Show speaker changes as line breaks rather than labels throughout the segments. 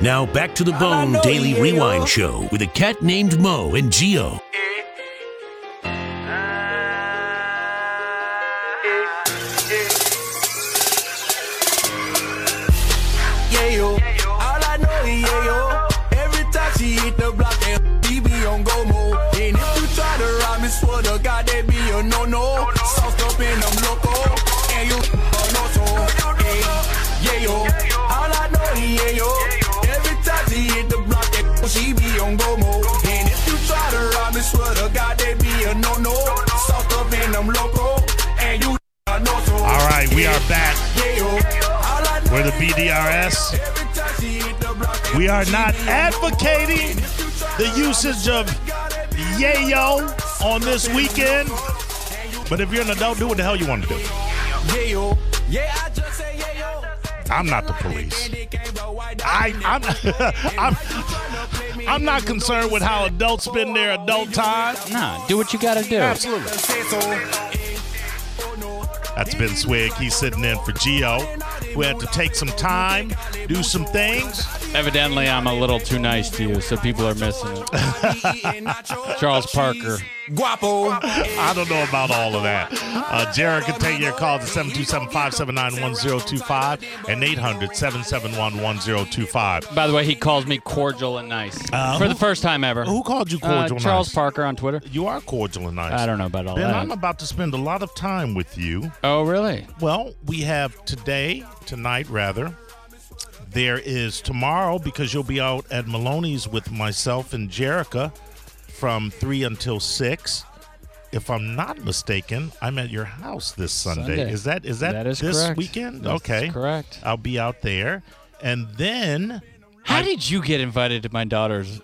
Now back to the Bone Daily Rewind Show with a cat named Mo and Geo.
yeah, yo. All I know is yeah, yo. Every time she hit the block, that he be on go mode. And if you try to rob me, swear to God, that be a no no. Sauced up in them loco, and you on auto. Yeah, yeah, yo. All I know is yeah, yo. Every time she hit the block, that she be on go mode. And if you try to rob me, swear to God, that be a no no. Sauced up in them loco, and you on auto.
All right, we are back.
Yeah, yo. All I know
We're the
is, yeah,
BDRS.
we
We are not advocating the usage of yayo on this weekend. But if you're an adult, do what the hell you want to do. I'm not the police. I, I'm, I'm, I'm not concerned with how adults spend their adult time.
Nah, do what you gotta do.
Absolutely. That's Ben Swig. He's sitting in for Geo. We had to take some time, do some things.
Evidently, I'm a little too nice to you, so people are missing it. Charles Parker.
Guapo.
I don't know about all of that. Uh, Jared can take your calls at 727 579 1025 and 800 771 1025.
By the way, he calls me cordial and nice
Uh,
for
who-
the first time ever.
Who called you
Uh,
cordial and
Charles
nice?
Parker on Twitter.
You are cordial and nice.
I don't know about all
Ben,
that.
I'm about to spend a lot of time with you.
oh, really?
Well, we have today, tonight rather. There is tomorrow because you'll be out at Maloney's with myself and Jerica from 3 until 6. If I'm not mistaken, I'm at your house this Sunday.
Sunday.
Is that is that,
That is
this
correct.
weekend?
That's
okay.
correct.
I'll be out there. And then
How did you get invited to my daughter's?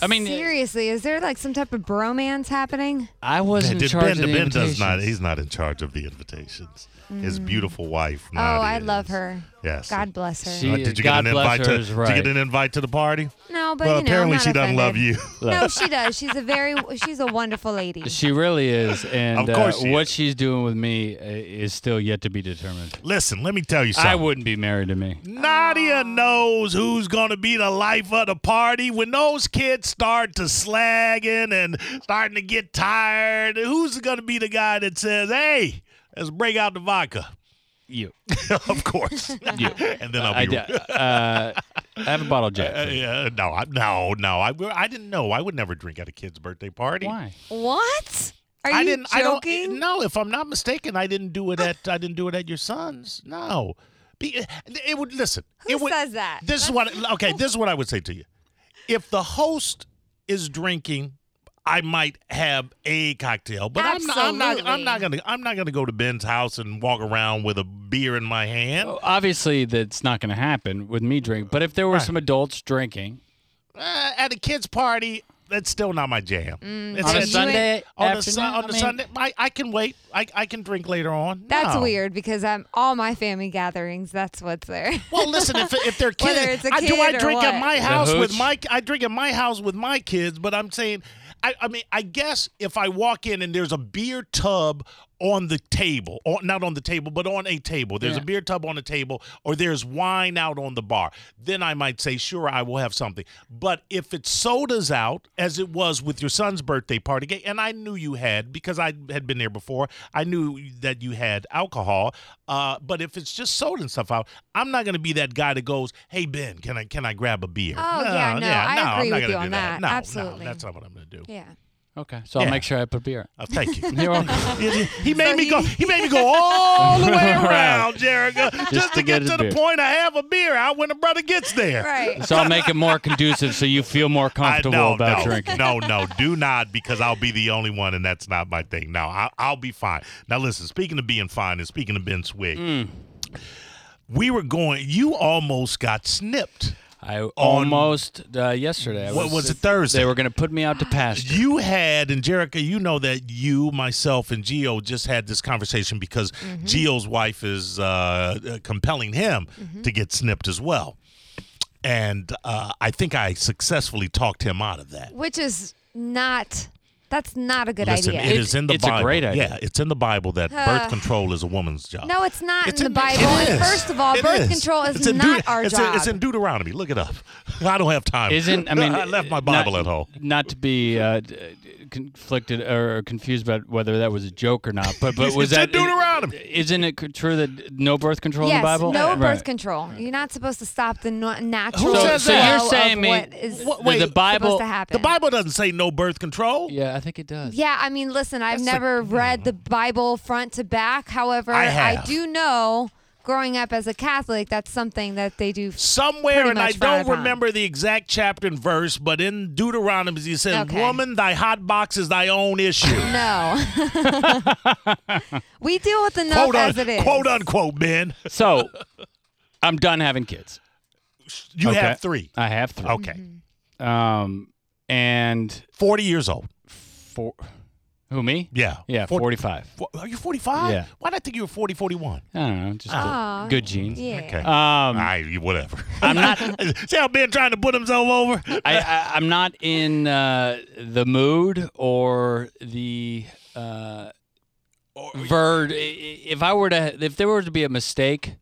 I mean,
Seriously, is there like some type of bromance happening?
I was in
Ben,
charge of the
ben does not
invitations.
he's not in charge of the invitations. His beautiful wife.
Mm. oh,
Nadia,
I love
is.
her.
Yes.
God bless her.
She-
Uh, did you
God
get an
bless
invite
her
to
is
did you
right.
get an invite to the party?
no, but
well,
you know,
apparently
I'm not
she doesn't love
offended.
you.
no, she does. She's a very she's a wonderful lady.
She really is, and
Of course
uh,
she
what
is.
she's doing with me uh, is still yet to be determined.
Listen, let me tell you something.
I wouldn't be married to me.
Nadia knows who's going to be the life of the party. When those kids start to slagging and starting to get tired, who's going to be the guy that says, hey, let's break out the vodka?
You,
of course.
you.
And then
I,
I'll be.
d- uh, I have a bottle of Jack.
Uh, yeah, no, I, no, no. I, I didn't know. I would never drink at a kid's birthday party.
Why?
what? Are
I
you
didn't.
joking?
I don't. No, if I'm not mistaken, I didn't do it at. I didn't do it at your son's. No, Be, it would listen.
Who
it would,
says that?
This is what. Okay, this is what I would say to you. If the host is drinking, I might have a cocktail, but I'm not, I'm not. I'm not gonna. I'm not gonna go to Ben's house and walk around with a beer in my hand.
Well, Obviously, that's not going to happen with me drinking. But if there were some adults drinking
Uh, at a kid's party, that's still not my jam.
Mm,
It's-
on a
it's-
Sunday
On the,
afternoon,
sun, on
I
the
mean,
Sunday, I, I can wait. I, I can drink later on.
That's
No.
weird because I'm all my family gatherings. That's what's there.
Well, listen, if if they're kids,
Whether it's a
I, do I
kid or
drink at
what.
my house with
hooch?
my I drink at my house with my kids, but I'm saying, I, I mean, I guess if I walk in and there's a beer tub on the table, or not on the table, but on a table, there's a
Yeah.
beer tub on the table, or there's wine out on the bar, then I might say, sure, I will have something. But if it's sodas out, as it was with your son's birthday party, and I knew you had because I had been there before, I knew that you had alcohol. Uh, but if it's just soda and stuff out, I'm not gonna be that guy that goes, "Hey Ben, can I can I grab a beer?"
Oh, yeah, no, I agree with you
do
on that.
No, no,
Absolutely.
that's not what I'm gonna do.
yeah.
okay, so
Yeah.
I'll make sure I put beer.
Uh, thank you.
You're welcome.
Yeah, yeah. He made
So
me
he-
go. He made me go all the way around, Jerica, just,
Just
to
to
get
get his
to the
beer.
point. I have a beer out when the brother gets there.
Right.
so I'll make it more conducive, so you feel more
I,
comfortable
no,
about
no,
drinking.
no, no, do not because I'll be the only one, and that's not my thing. No, I, I'll be fine. Now, listen. Speaking of being fine, and speaking of Ben Swig, we were going. You almost got snipped.
I almost uh, yesterday. I
What was it, Thursday?
They were going to put me out to pasture.
You had, and Jerica, you know that you, myself, and Gio just had this conversation because
Mm-hmm.
Gio's wife is uh, uh, compelling him
Mm-hmm.
to get snipped as well. And uh, I think I successfully talked him out of that.
Which is not That's not a good
Listen,
idea.
it is in the
It's a
Bible.
great idea.
Yeah, it's in the Bible that
Uh,
birth control is a woman's job.
no, it's not
It's
in the Bible.
it
And
is.
first of all,
It
birth control is
It's in
not
Deut-
our
it's
job.
In, it's in Deuteronomy. Look it up. I don't have time.
Isn't I mean uh,
I left my Bible
not,
at home.
Not to be uh, d- d- conflicted or confused about whether that was a joke or not, but but was
It's in
that
Deuteronomy.
Isn't it c- true that no birth control in
yes,
the Bible?
no
Right.
birth control. You're not supposed to stop the no-
So-
natural flow
so you're
saying
of
me-
what is
Wha- wait, the Bible-
supposed to happen.
The Bible doesn't say no birth control.
Yeah, I think it does.
Yeah, I mean, listen, I've never read the Bible front to back. However,
I have.
do know growing up as a Catholic, that's something that they do.
Somewhere,
Pretty
and I
much frowned
don't
upon.
remember the exact chapter and verse, but in Deuteronomy, he says,
Okay.
Woman, thy hot box is thy own issue.
No. we deal with enough
quote, un-
as it is.
quote unquote, man.
So I'm done having kids.
You
Okay.
have three.
I have three.
Okay.
Mm-hmm.
Um, and
40 years old.
four. Who me?
Yeah.
Yeah,
Fort-
45.
Fo- Are you 45?
Yeah.
Why did I think you were 40, 41?
I don't know. Just
Aw.
good, good genes.
Yeah.
Okay.
Um,
I, you- whatever.
I'm not.
See how Ben trying to put himself over?
I, I I'm not in uh, the mood or the uh, verge. If I were to, if there were to be a mistake,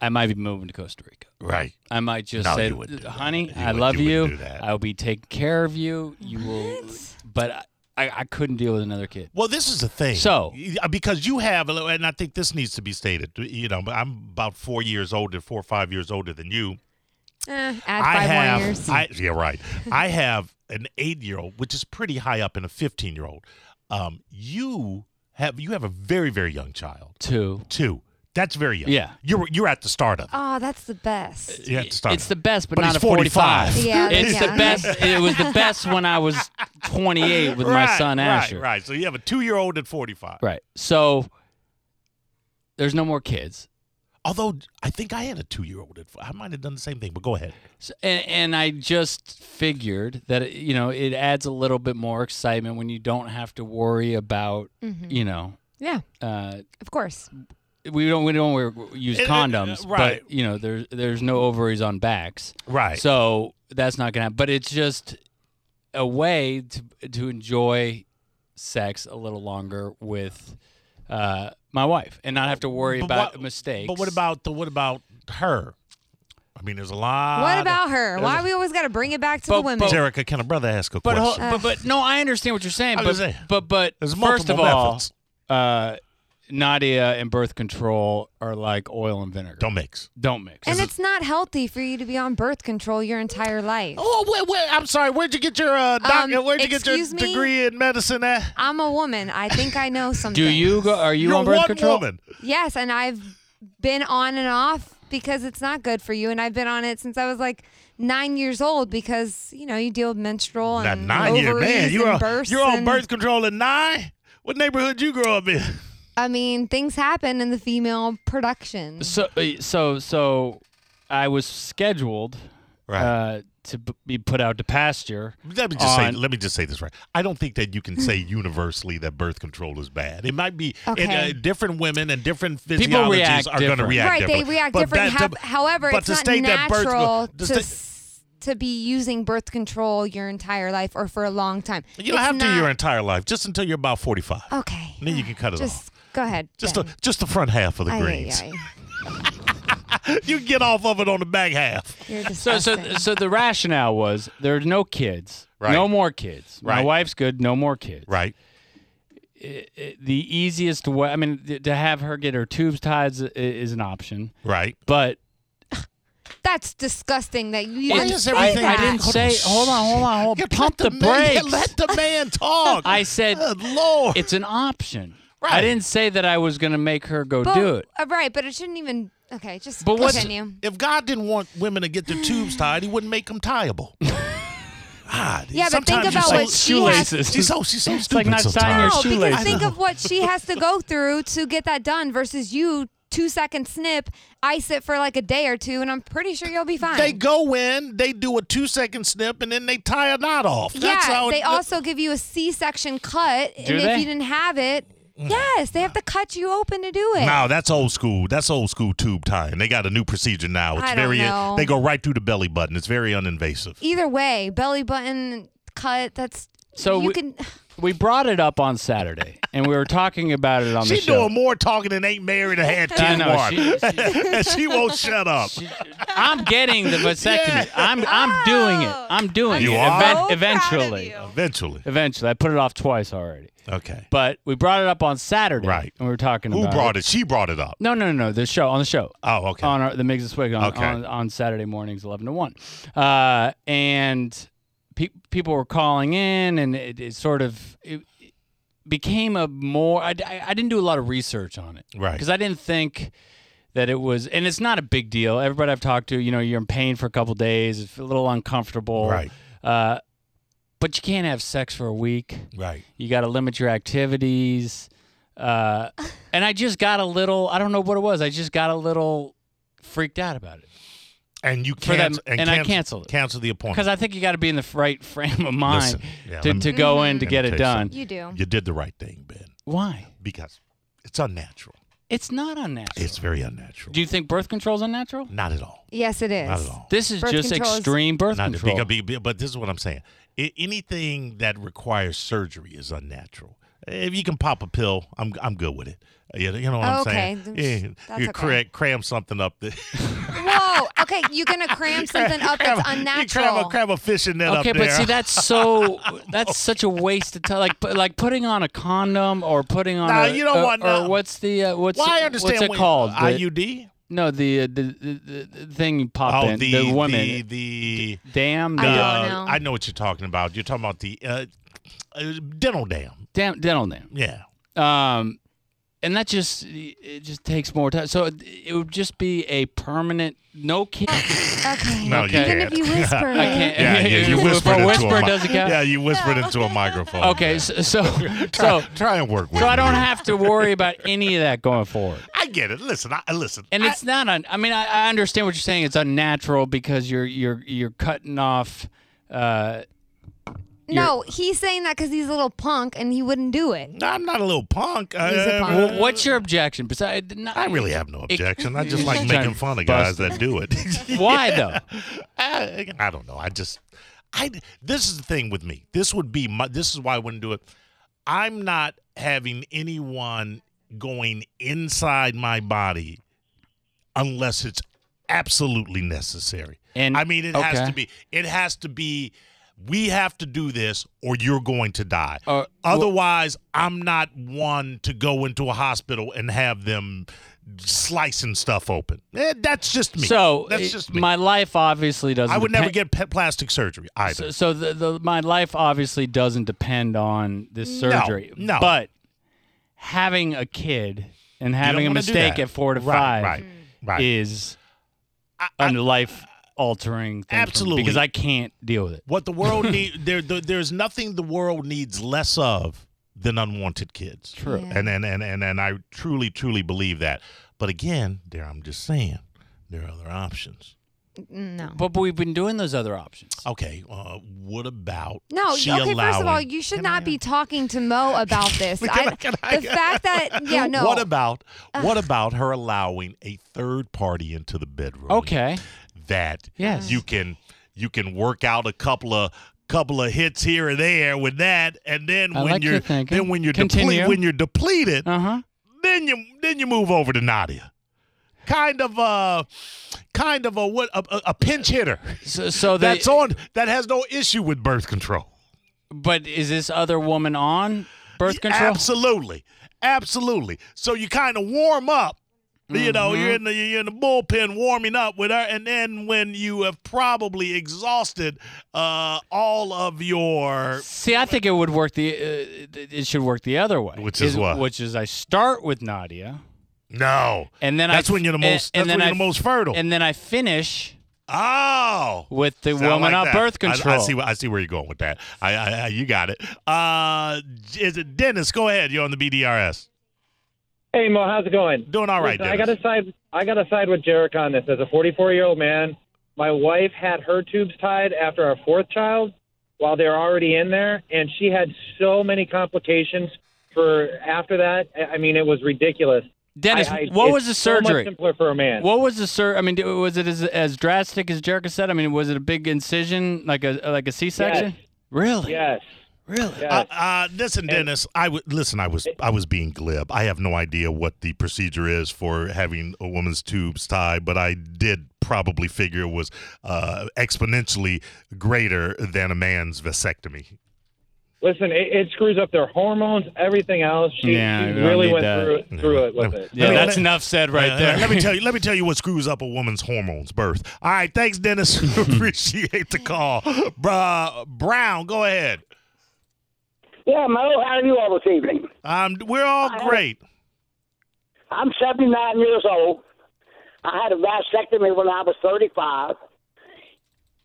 I might be moving to Costa Rica.
Right.
I might just
No,
say,
you wouldn't do that.
honey,
You
I
wouldn't-
love
you
you.
wouldn't do that."
I will be taking care of you. You will, but I, I, I couldn't deal with another kid.
Well, this is the thing.
So-
Y- uh, because you have, and I think this needs to be stated. You know, I'm about four years older, four or five years older than you.
Eh, add
I
five
have,
more years.
I, yeah, right. I have an eight-year-old, which is pretty high up, and a fifteen-year-old. Um, you have you have a very very young child
Two.
too. That's very young.
Yeah.
you're you're at the start of. it.
oh, that's the best.
You're at the start.
It's
of
the
it.
best, but,
But
not
he's
a 45.
45.
Yeah,
it's
yeah.
the best. It was the best when I was 28 with my
Right,
son Asher.
Right, right. So you have a two-year-old at forty-five.
Right. So there's no more kids.
Although I think I had a two-year-old at. I might have done the same thing, but go ahead.
So, and, and I just figured that it, you know it adds a little bit more excitement when you don't have to worry about you know
Yeah,
uh,
of course.
we don't we don't wear, use
It- it-
condoms,
right.
but you know there's there's no ovaries on backs,
Right.
So that's not gonna. happen. But it's just a way to to enjoy sex a little longer with uh, my wife and not have to worry about
what-
mistakes.
But what about the what about her? I mean, there's a lot.
What
of-
about her? Why we always got to bring it back to the
But-
women?
but-
Jerica? Can a brother ask a
But, ho-
question?
but but no, I understand what you're saying.
I
But,
was gonna say,
but but
There's
first of
multiple
all,
methods.
uh, Nadia and birth control are like oil and vinegar.
Don't mix.
don't mix.
and it's not healthy for you to be on birth control your entire life.
Oh, wait, wait, I'm sorry. Where'd you get your uh, doc,
Um,
Where'd you get your
excuse me?
degree in medicine at?
I'm a woman. I think I know something.
do you go? Are you
You're
on birth
one
control?
woman.
Yes, and I've been on and off because it's not good for you. And I've been on it since I was like nine years old because you know you deal with menstrual
Not
and
nine years,
ovaries
man. You're
and
on,
bursts
you're on
and-
birth control at nine. What neighborhood you grow up in?
I mean, things happen in the female production.
So uh, so so, I was scheduled uh, to b- be put out to pasture.
let me just say.
on-
Let me just say this right. I don't think that you can say universally that birth control is bad. It might be and,
Okay.
uh, different women and different
People
physiologies
react
are going to
different.
react
right,
differently.
they react
But
different.
that-
Hab- however,
but
it's
to
not
state that birth-
natural
to
to,
sta-
s- to be using birth control your entire life or for a long time.
You don't
It's
have to your
not-
entire life, just until you're about 45.
Okay.
Then you can cut it
Just
off.
go ahead.
Just the,
Ben.
just the front half of the
Ay, ay,
greens.
ay.
You get off of it on the back half.
You're
So so
disgusting.
so the rationale was there's no kids,
Right.
no more kids. My
Right.
wife's good, no more kids. Uh,
Right.
The easiest way, I mean, th- to have her get her tubes tied is, is an option,
Right.
but
That's disgusting that you
Why
even
is
say
everything- I
that.
didn't say- hold on, hold on, hold on.
You
Pump
let
the
man- you
brakes.
Let the man talk.
I said
Good Lord.
it's an option. I
Oh. Right.
didn't say that I was going to make her go
But-
do it.
uh, right, but it shouldn't even. Okay, just
But what's-
continue.
if God didn't want women to get their tubes tied, he wouldn't make them tieable. God,
Yeah, but think
sometimes you're
about
so
what she has.
shoelaces.
She's so she's so
It's like
stupid
not tying your
sometimes.
No,
shoelaces.
because think of what she has to go through to get that done versus you two second snip, ice it for like a day or two, and I'm pretty sure you'll be fine.
They go in, they do a two second snip, and then they tie a knot off. That's
yeah,
how
they also give you a C-section cut, and if
they? Mm.
you didn't have it, yes, they have to cut you open to do it.
No, that's old school. That's old school tube tying. They got a new procedure now. It's
I don't
very
know.
they go right through the belly button. It's very uninvasive.
Either way, belly button cut. That's
So
you
we-
can.
we brought it up on Saturday, and we were talking about it on the
She
show.
doing more talking than ain't married and had
I
kids.
know,
Mark.
she-
She, won't shut up.
I'm getting the vasectomy. I'm I'm doing it. I'm doing
You
it.
are?
Even-
Oh. so proud
eventually.
Eventually.
Eventually. I put it off twice already.
Okay.
But we brought it up on Saturday.
Right.
And we were talking
Who
about
brought
it.
it? She brought it up.
No, no, no, no. The show on the show.
Oh, okay.
on our, the Migs and Swig on,
Okay.
on, on Saturday mornings, 11 to 1. Uh, and pe- people were calling in, and it, it sort of it, it became a more. I, I, I didn't do a lot of research on it.
Right.
Because I didn't think that it was, and it's not a big deal. Everybody I've talked to, you know, you're in pain for a couple days, it's a little uncomfortable.
Right.
Uh, but you can't have sex for a week.
Right.
You got to limit your activities. Uh, and I just got a little, I don't know what it was. I just got a little freaked out about it
And you
For that-
can't.
and I canceled it.
Cancel the
because
appointment.
I think you got to be in the right frame of mind
Oh. Listen, yeah,
to,
let me-
to go in to
Let me
get
tell
it
you
done.
You do.
you did the right thing, Ben,
Why?
because it's unnatural.
It's not unnatural.
It's very unnatural.
Do you think birth control's unnatural?
Not at all.
Yes, it is.
Not at all.
This is
Birth
just
control is-
extreme birth
Not
control.
because- because- but this is what I'm saying. I- anything that requires surgery is unnatural. If you can pop a pill, I'm I'm good with it. You know, you know what I'm saying?
Okay, that's-
Yeah,
that's
you
okay.
cra- cram something up. The,
Whoa. Okay, you're gonna cram something up oh, that's
cram-
unnatural.
You cram a, cram a fishing net
Okay,
up
but
there.
see, that's so that's such a waste of time. Like, pu- like putting on a condom or putting on
Nah,
a
you don't
or,
want-
or
nah.
what's the uh, what's
well, I understand
what's it
when-
called? The-
IUD.
No, the uh, the, the, the thing you pop
Oh,
in
the
the, women.
The, the,
damn,
I
the
don't
uh,
know.
I know what you're talking about. You're talking about the uh, uh, dental dam.
damn dental dam.
Yeah.
Um, and that just it just takes more time. So it, it would just be a permanent no kid.
Okay.
No, you
Okay.
Even
can't.
if you whisper
I
it.
can't.
Yeah, yeah, you
If a
whispered into
whisper
a mi-
doesn't count.
Yeah, you whispered into a microphone.
Okay, so so so,
Try, try and work with
so I
me.
don't have to worry about any of that going forward.
I get it. Listen, I listen.
And
I-
it's not un- I mean, I, I understand what you're saying. It's unnatural because you're you're you're cutting off. Uh,
No, he's saying that because he's a little punk and he wouldn't do it.
No, I'm not a little punk. Uh,
punk.
well,
what's your objection? Besides, not,
I really have no objection. I just like
Trying
making
to
fun of guys
bust
that do it.
why though?
I, I don't know. I just, I. This is the thing with me. This would be my. This is why I wouldn't do it. I'm not having anyone going inside my body unless it's absolutely necessary.
And-
I mean, it
okay.
has to be. It has to be. We have to do this, or you're going to die.
Uh,
Otherwise, I'm not one to go into a hospital and have them slicing stuff open. Eh, that's just me.
So
that's
it-
just me.
my life obviously doesn't.
I would never
depend-
get pe- plastic surgery
So,
either.
so the, the my life obviously doesn't depend on this
No,
surgery.
no.
But having a kid and having a
wanna do
mistake
that.
at four to
Right,
five
right, right.
is a life altering thing. for me
Absolutely.
because I can't deal with it.
what the world need there, there there's nothing the world needs less of than unwanted kids.
True.
Yeah.
And, and and and and I truly truly believe that. But again, there I'm just saying there are other options.
No.
But, but we've been doing those other options.
Okay, uh, what about
No,
she
okay, first of all,
allowing-
you should
Can I-
not be talking to Mo about this.
Can
I,
I- can I-
the fact that yeah, no.
What about what about her allowing a third party into the bedroom?
Okay.
that
Yes.
you can you can work out a couple of couple of hits here and there with that, and then
I
when
like your
you're
thinking.
then when you're
Continue.
depleted when you're depleted,
Uh huh.
then you then you move over to Nadia, kind of a kind of a what a, a- a pinch hitter
So, so they-
that's on that has no issue with birth control.
But is this other woman on birth control?
Absolutely, absolutely. So you kind of warm up. You know, you're in the you're in the bullpen warming up with her, and then when you have probably exhausted uh, all of your
See, I think it would work the. Uh, it- it should work the other way.
Which is what?
Which is I start with Nadia.
no,
and then
that's
I,
when you're the most
and, and
that's
then
when
I,
you're the most fertile.
And then I finish
oh,
with the
See, I
woman
like
on
that.
birth
I-
control.
I, see. wh- I see where you're going with that. I, I, I you got it. Uh, is it Dennis? Go ahead. You're on the BDRS.
Hey Mo, how's it going?
Doing all right,
Listen, I
Dennis.
gotta side. I gotta side with Jarek on this. As a 44 year old man, my wife had her tubes tied after our fourth child, while they're already in there, and she had so many complications for after that. I- I mean, it was ridiculous.
Dennis,
I- I-
what
it's
was the
So
surgery?
much simpler for a man.
what was the sur? I mean, d- was it as, as drastic as Jerica said? I mean, was it a big incision, like a like a C section?
Yes.
Really?
yes.
Really?
Uh, uh, listen, Dennis. I would listen. I was I was being glib. I have no idea what the procedure is for having a woman's tubes tied, but I did probably figure it was uh, exponentially greater than a man's vasectomy.
Listen, it, it screws up their hormones, everything else. She,
Yeah,
she
we don't
really
need
went
that.
through through it with
No.
it.
Yeah,
I mean,
that's
let-
enough said right
Uh,
there.
let me tell you. Let me tell you what screws up a woman's hormones: birth. All right. Thanks, Dennis. Appreciate the call, Bruh, Brown. Go ahead.
Yeah, Mo, how are you all this evening?
Um, we're all great.
I'm 79 years old. I had a vasectomy when I was 35.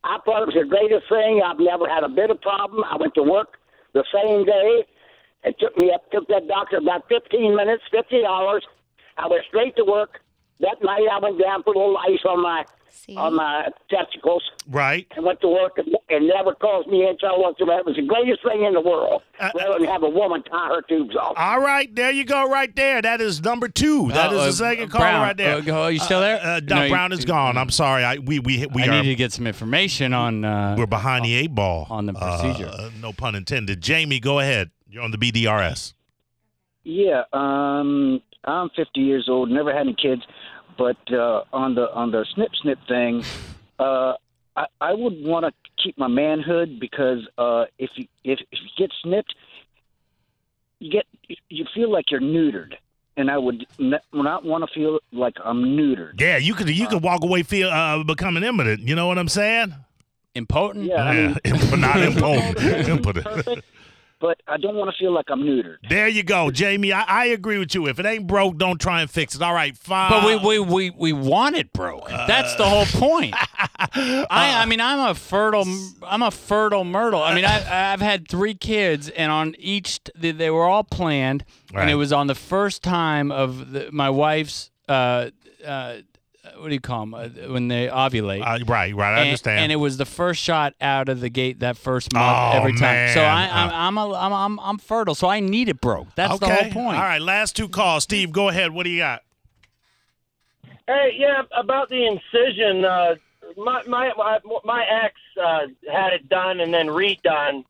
I thought it was the greatest thing. I've never had a bit of problem. I went to work the same day. It took me up, took that doctor about 15 minutes, 50 hours. I went straight to work. That night I went down, put a little ice on my
See?
on my testicles,
Right.
and went to work. And it never caused me any trouble whatsoever. It was the greatest thing in the world.
Uh,
rather than have a woman tie her tubes off.
All right, there you go, right there. That is number two. That is
Uh, uh,
the second
Brown,
caller right there.
uh, go- are you still there?
Uh, Doc
No, you-
Brown is gone. I'm sorry. I we we we
I
are
need to get some information on. Uh,
we're behind the eight ball
on the
Uh,
procedure.
no pun intended. Jamie, go ahead. You're on the BDRS.
Yeah, um, I'm 50 years old, never had any kids, but uh, on the on the snip snip thing, uh, I, I would want to keep my manhood because uh, if you if, if you get snipped, you get you feel like you're neutered, and I would n- not want to feel like I'm neutered.
Yeah, you could you could walk away feel uh, becoming impotent. You know what I'm saying?
Impotent.
Yeah, I mean,
Yeah, but not impotent. impotent.
perfect, but I don't want to feel like I'm neutered.
There you go, Jamie. I, I agree with you. If it ain't broke, don't try and fix it. All right, fine.
But we,
Uh,
we, we, we want it broke. That's the whole point. I,
Uh,
I mean, I'm a fertile, I'm a fertile myrtle. I mean, I, I've had three kids, and on each, they, they were all planned, and
Right.
it was on the first time of the, my wife's, uh, uh, what do you call them uh, when they ovulate?
Uh, right, right. I
and,
understand.
And it was the first shot out of the gate that first month
Oh,
every time. So I,
man. Uh,
I'm, I'm, a, I'm, I'm, I'm fertile. So I need it broke. That's
okay.
the whole point.
All right, last two calls. Steve, go ahead. What do you got?
Hey, yeah, about the incision. Uh, my my my, my ex uh, had it done and then redone,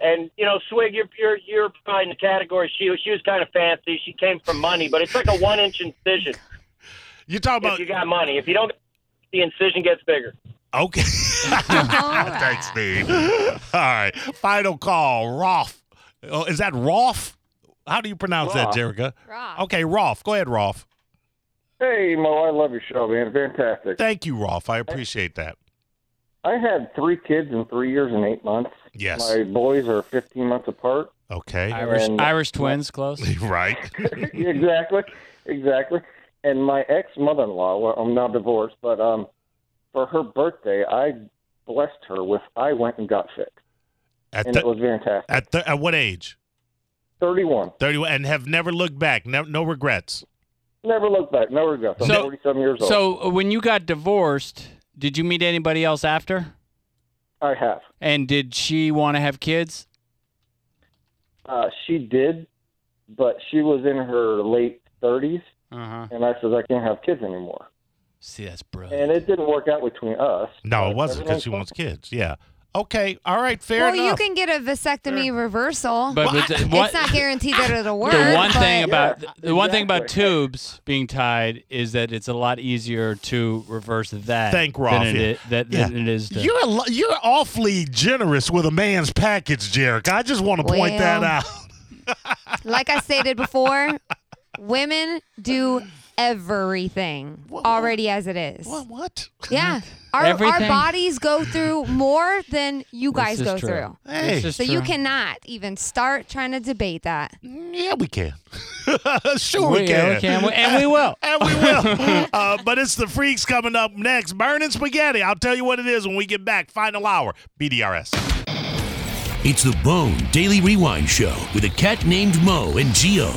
and you know, Swig, you're you're you're probably in the category. She was- she was kind of fancy. She came from money, but it's like a one inch incision.
You talking
If
about
you got money, if you don't, the incision gets bigger.
Okay. Thanks, Steve. All right. Final call. Rolf. Oh, is that Rolf? How do you pronounce that, Jerica?
Rock.
Okay, Rolf. Go ahead, Rolf.
Hey, Mo, I love your show, man. Fantastic.
Thank you, Rolf. I appreciate that.
I had three kids in three years and eight months.
Yes.
My boys are 15 months apart.
Okay.
Irish,
And-
Irish twins, close.
Right.
exactly, exactly. And my ex mother in law, well, I'm now divorced, but um, for her birthday, I blessed her with I went and got sick,
At
and it
the,
was fantastic.
at the, at what age?
Thirty one,
31 and have never looked back. No, no regrets.
never looked back, never regrets. I'm
So-
forty seven years old.
So uh, when you got divorced, did you meet anybody else after?
I have.
And did she want to have kids?
Uh, she did, but she was in her late thirties,
Uh
Uh-huh.
huh.
and I said I can't have kids anymore,
See, that's
and
brilliant.
it didn't work out between us.
No,
but
it wasn't because
everything's
she
fine.
wants kids. Yeah. Okay. All right. Fair
well, you
enough.
can get a vasectomy reversal.
But with the, what-
it's not guaranteed that it'll work.
the one
but-
thing about
Yeah,
the one thing about
exactly.
tubes being tied is that it's a lot easier to reverse that
Thank Rolf,
than it,
yeah.
i- that, than it is to.
You're a, lo- you're awfully generous with a man's package, Jerica. I just want to point that
Well.
out.
like I stated before, women do everything already as it is.
What? What?
Yeah. Our, our
Everything.
bodies go through more than you guys
is
go
true.
through.
Hey.
This is
So you
true.
cannot even start trying to debate that.
Yeah, we can. sure, we,
We- yeah,
can.
we can. We- and we will.
And we will. uh, but it's the freaks coming up next. Burning spaghetti. I'll tell you what it is when we get back. Final hour. BDRS.
It's the Bone Daily Rewind Show with a cat named Mo and Geo.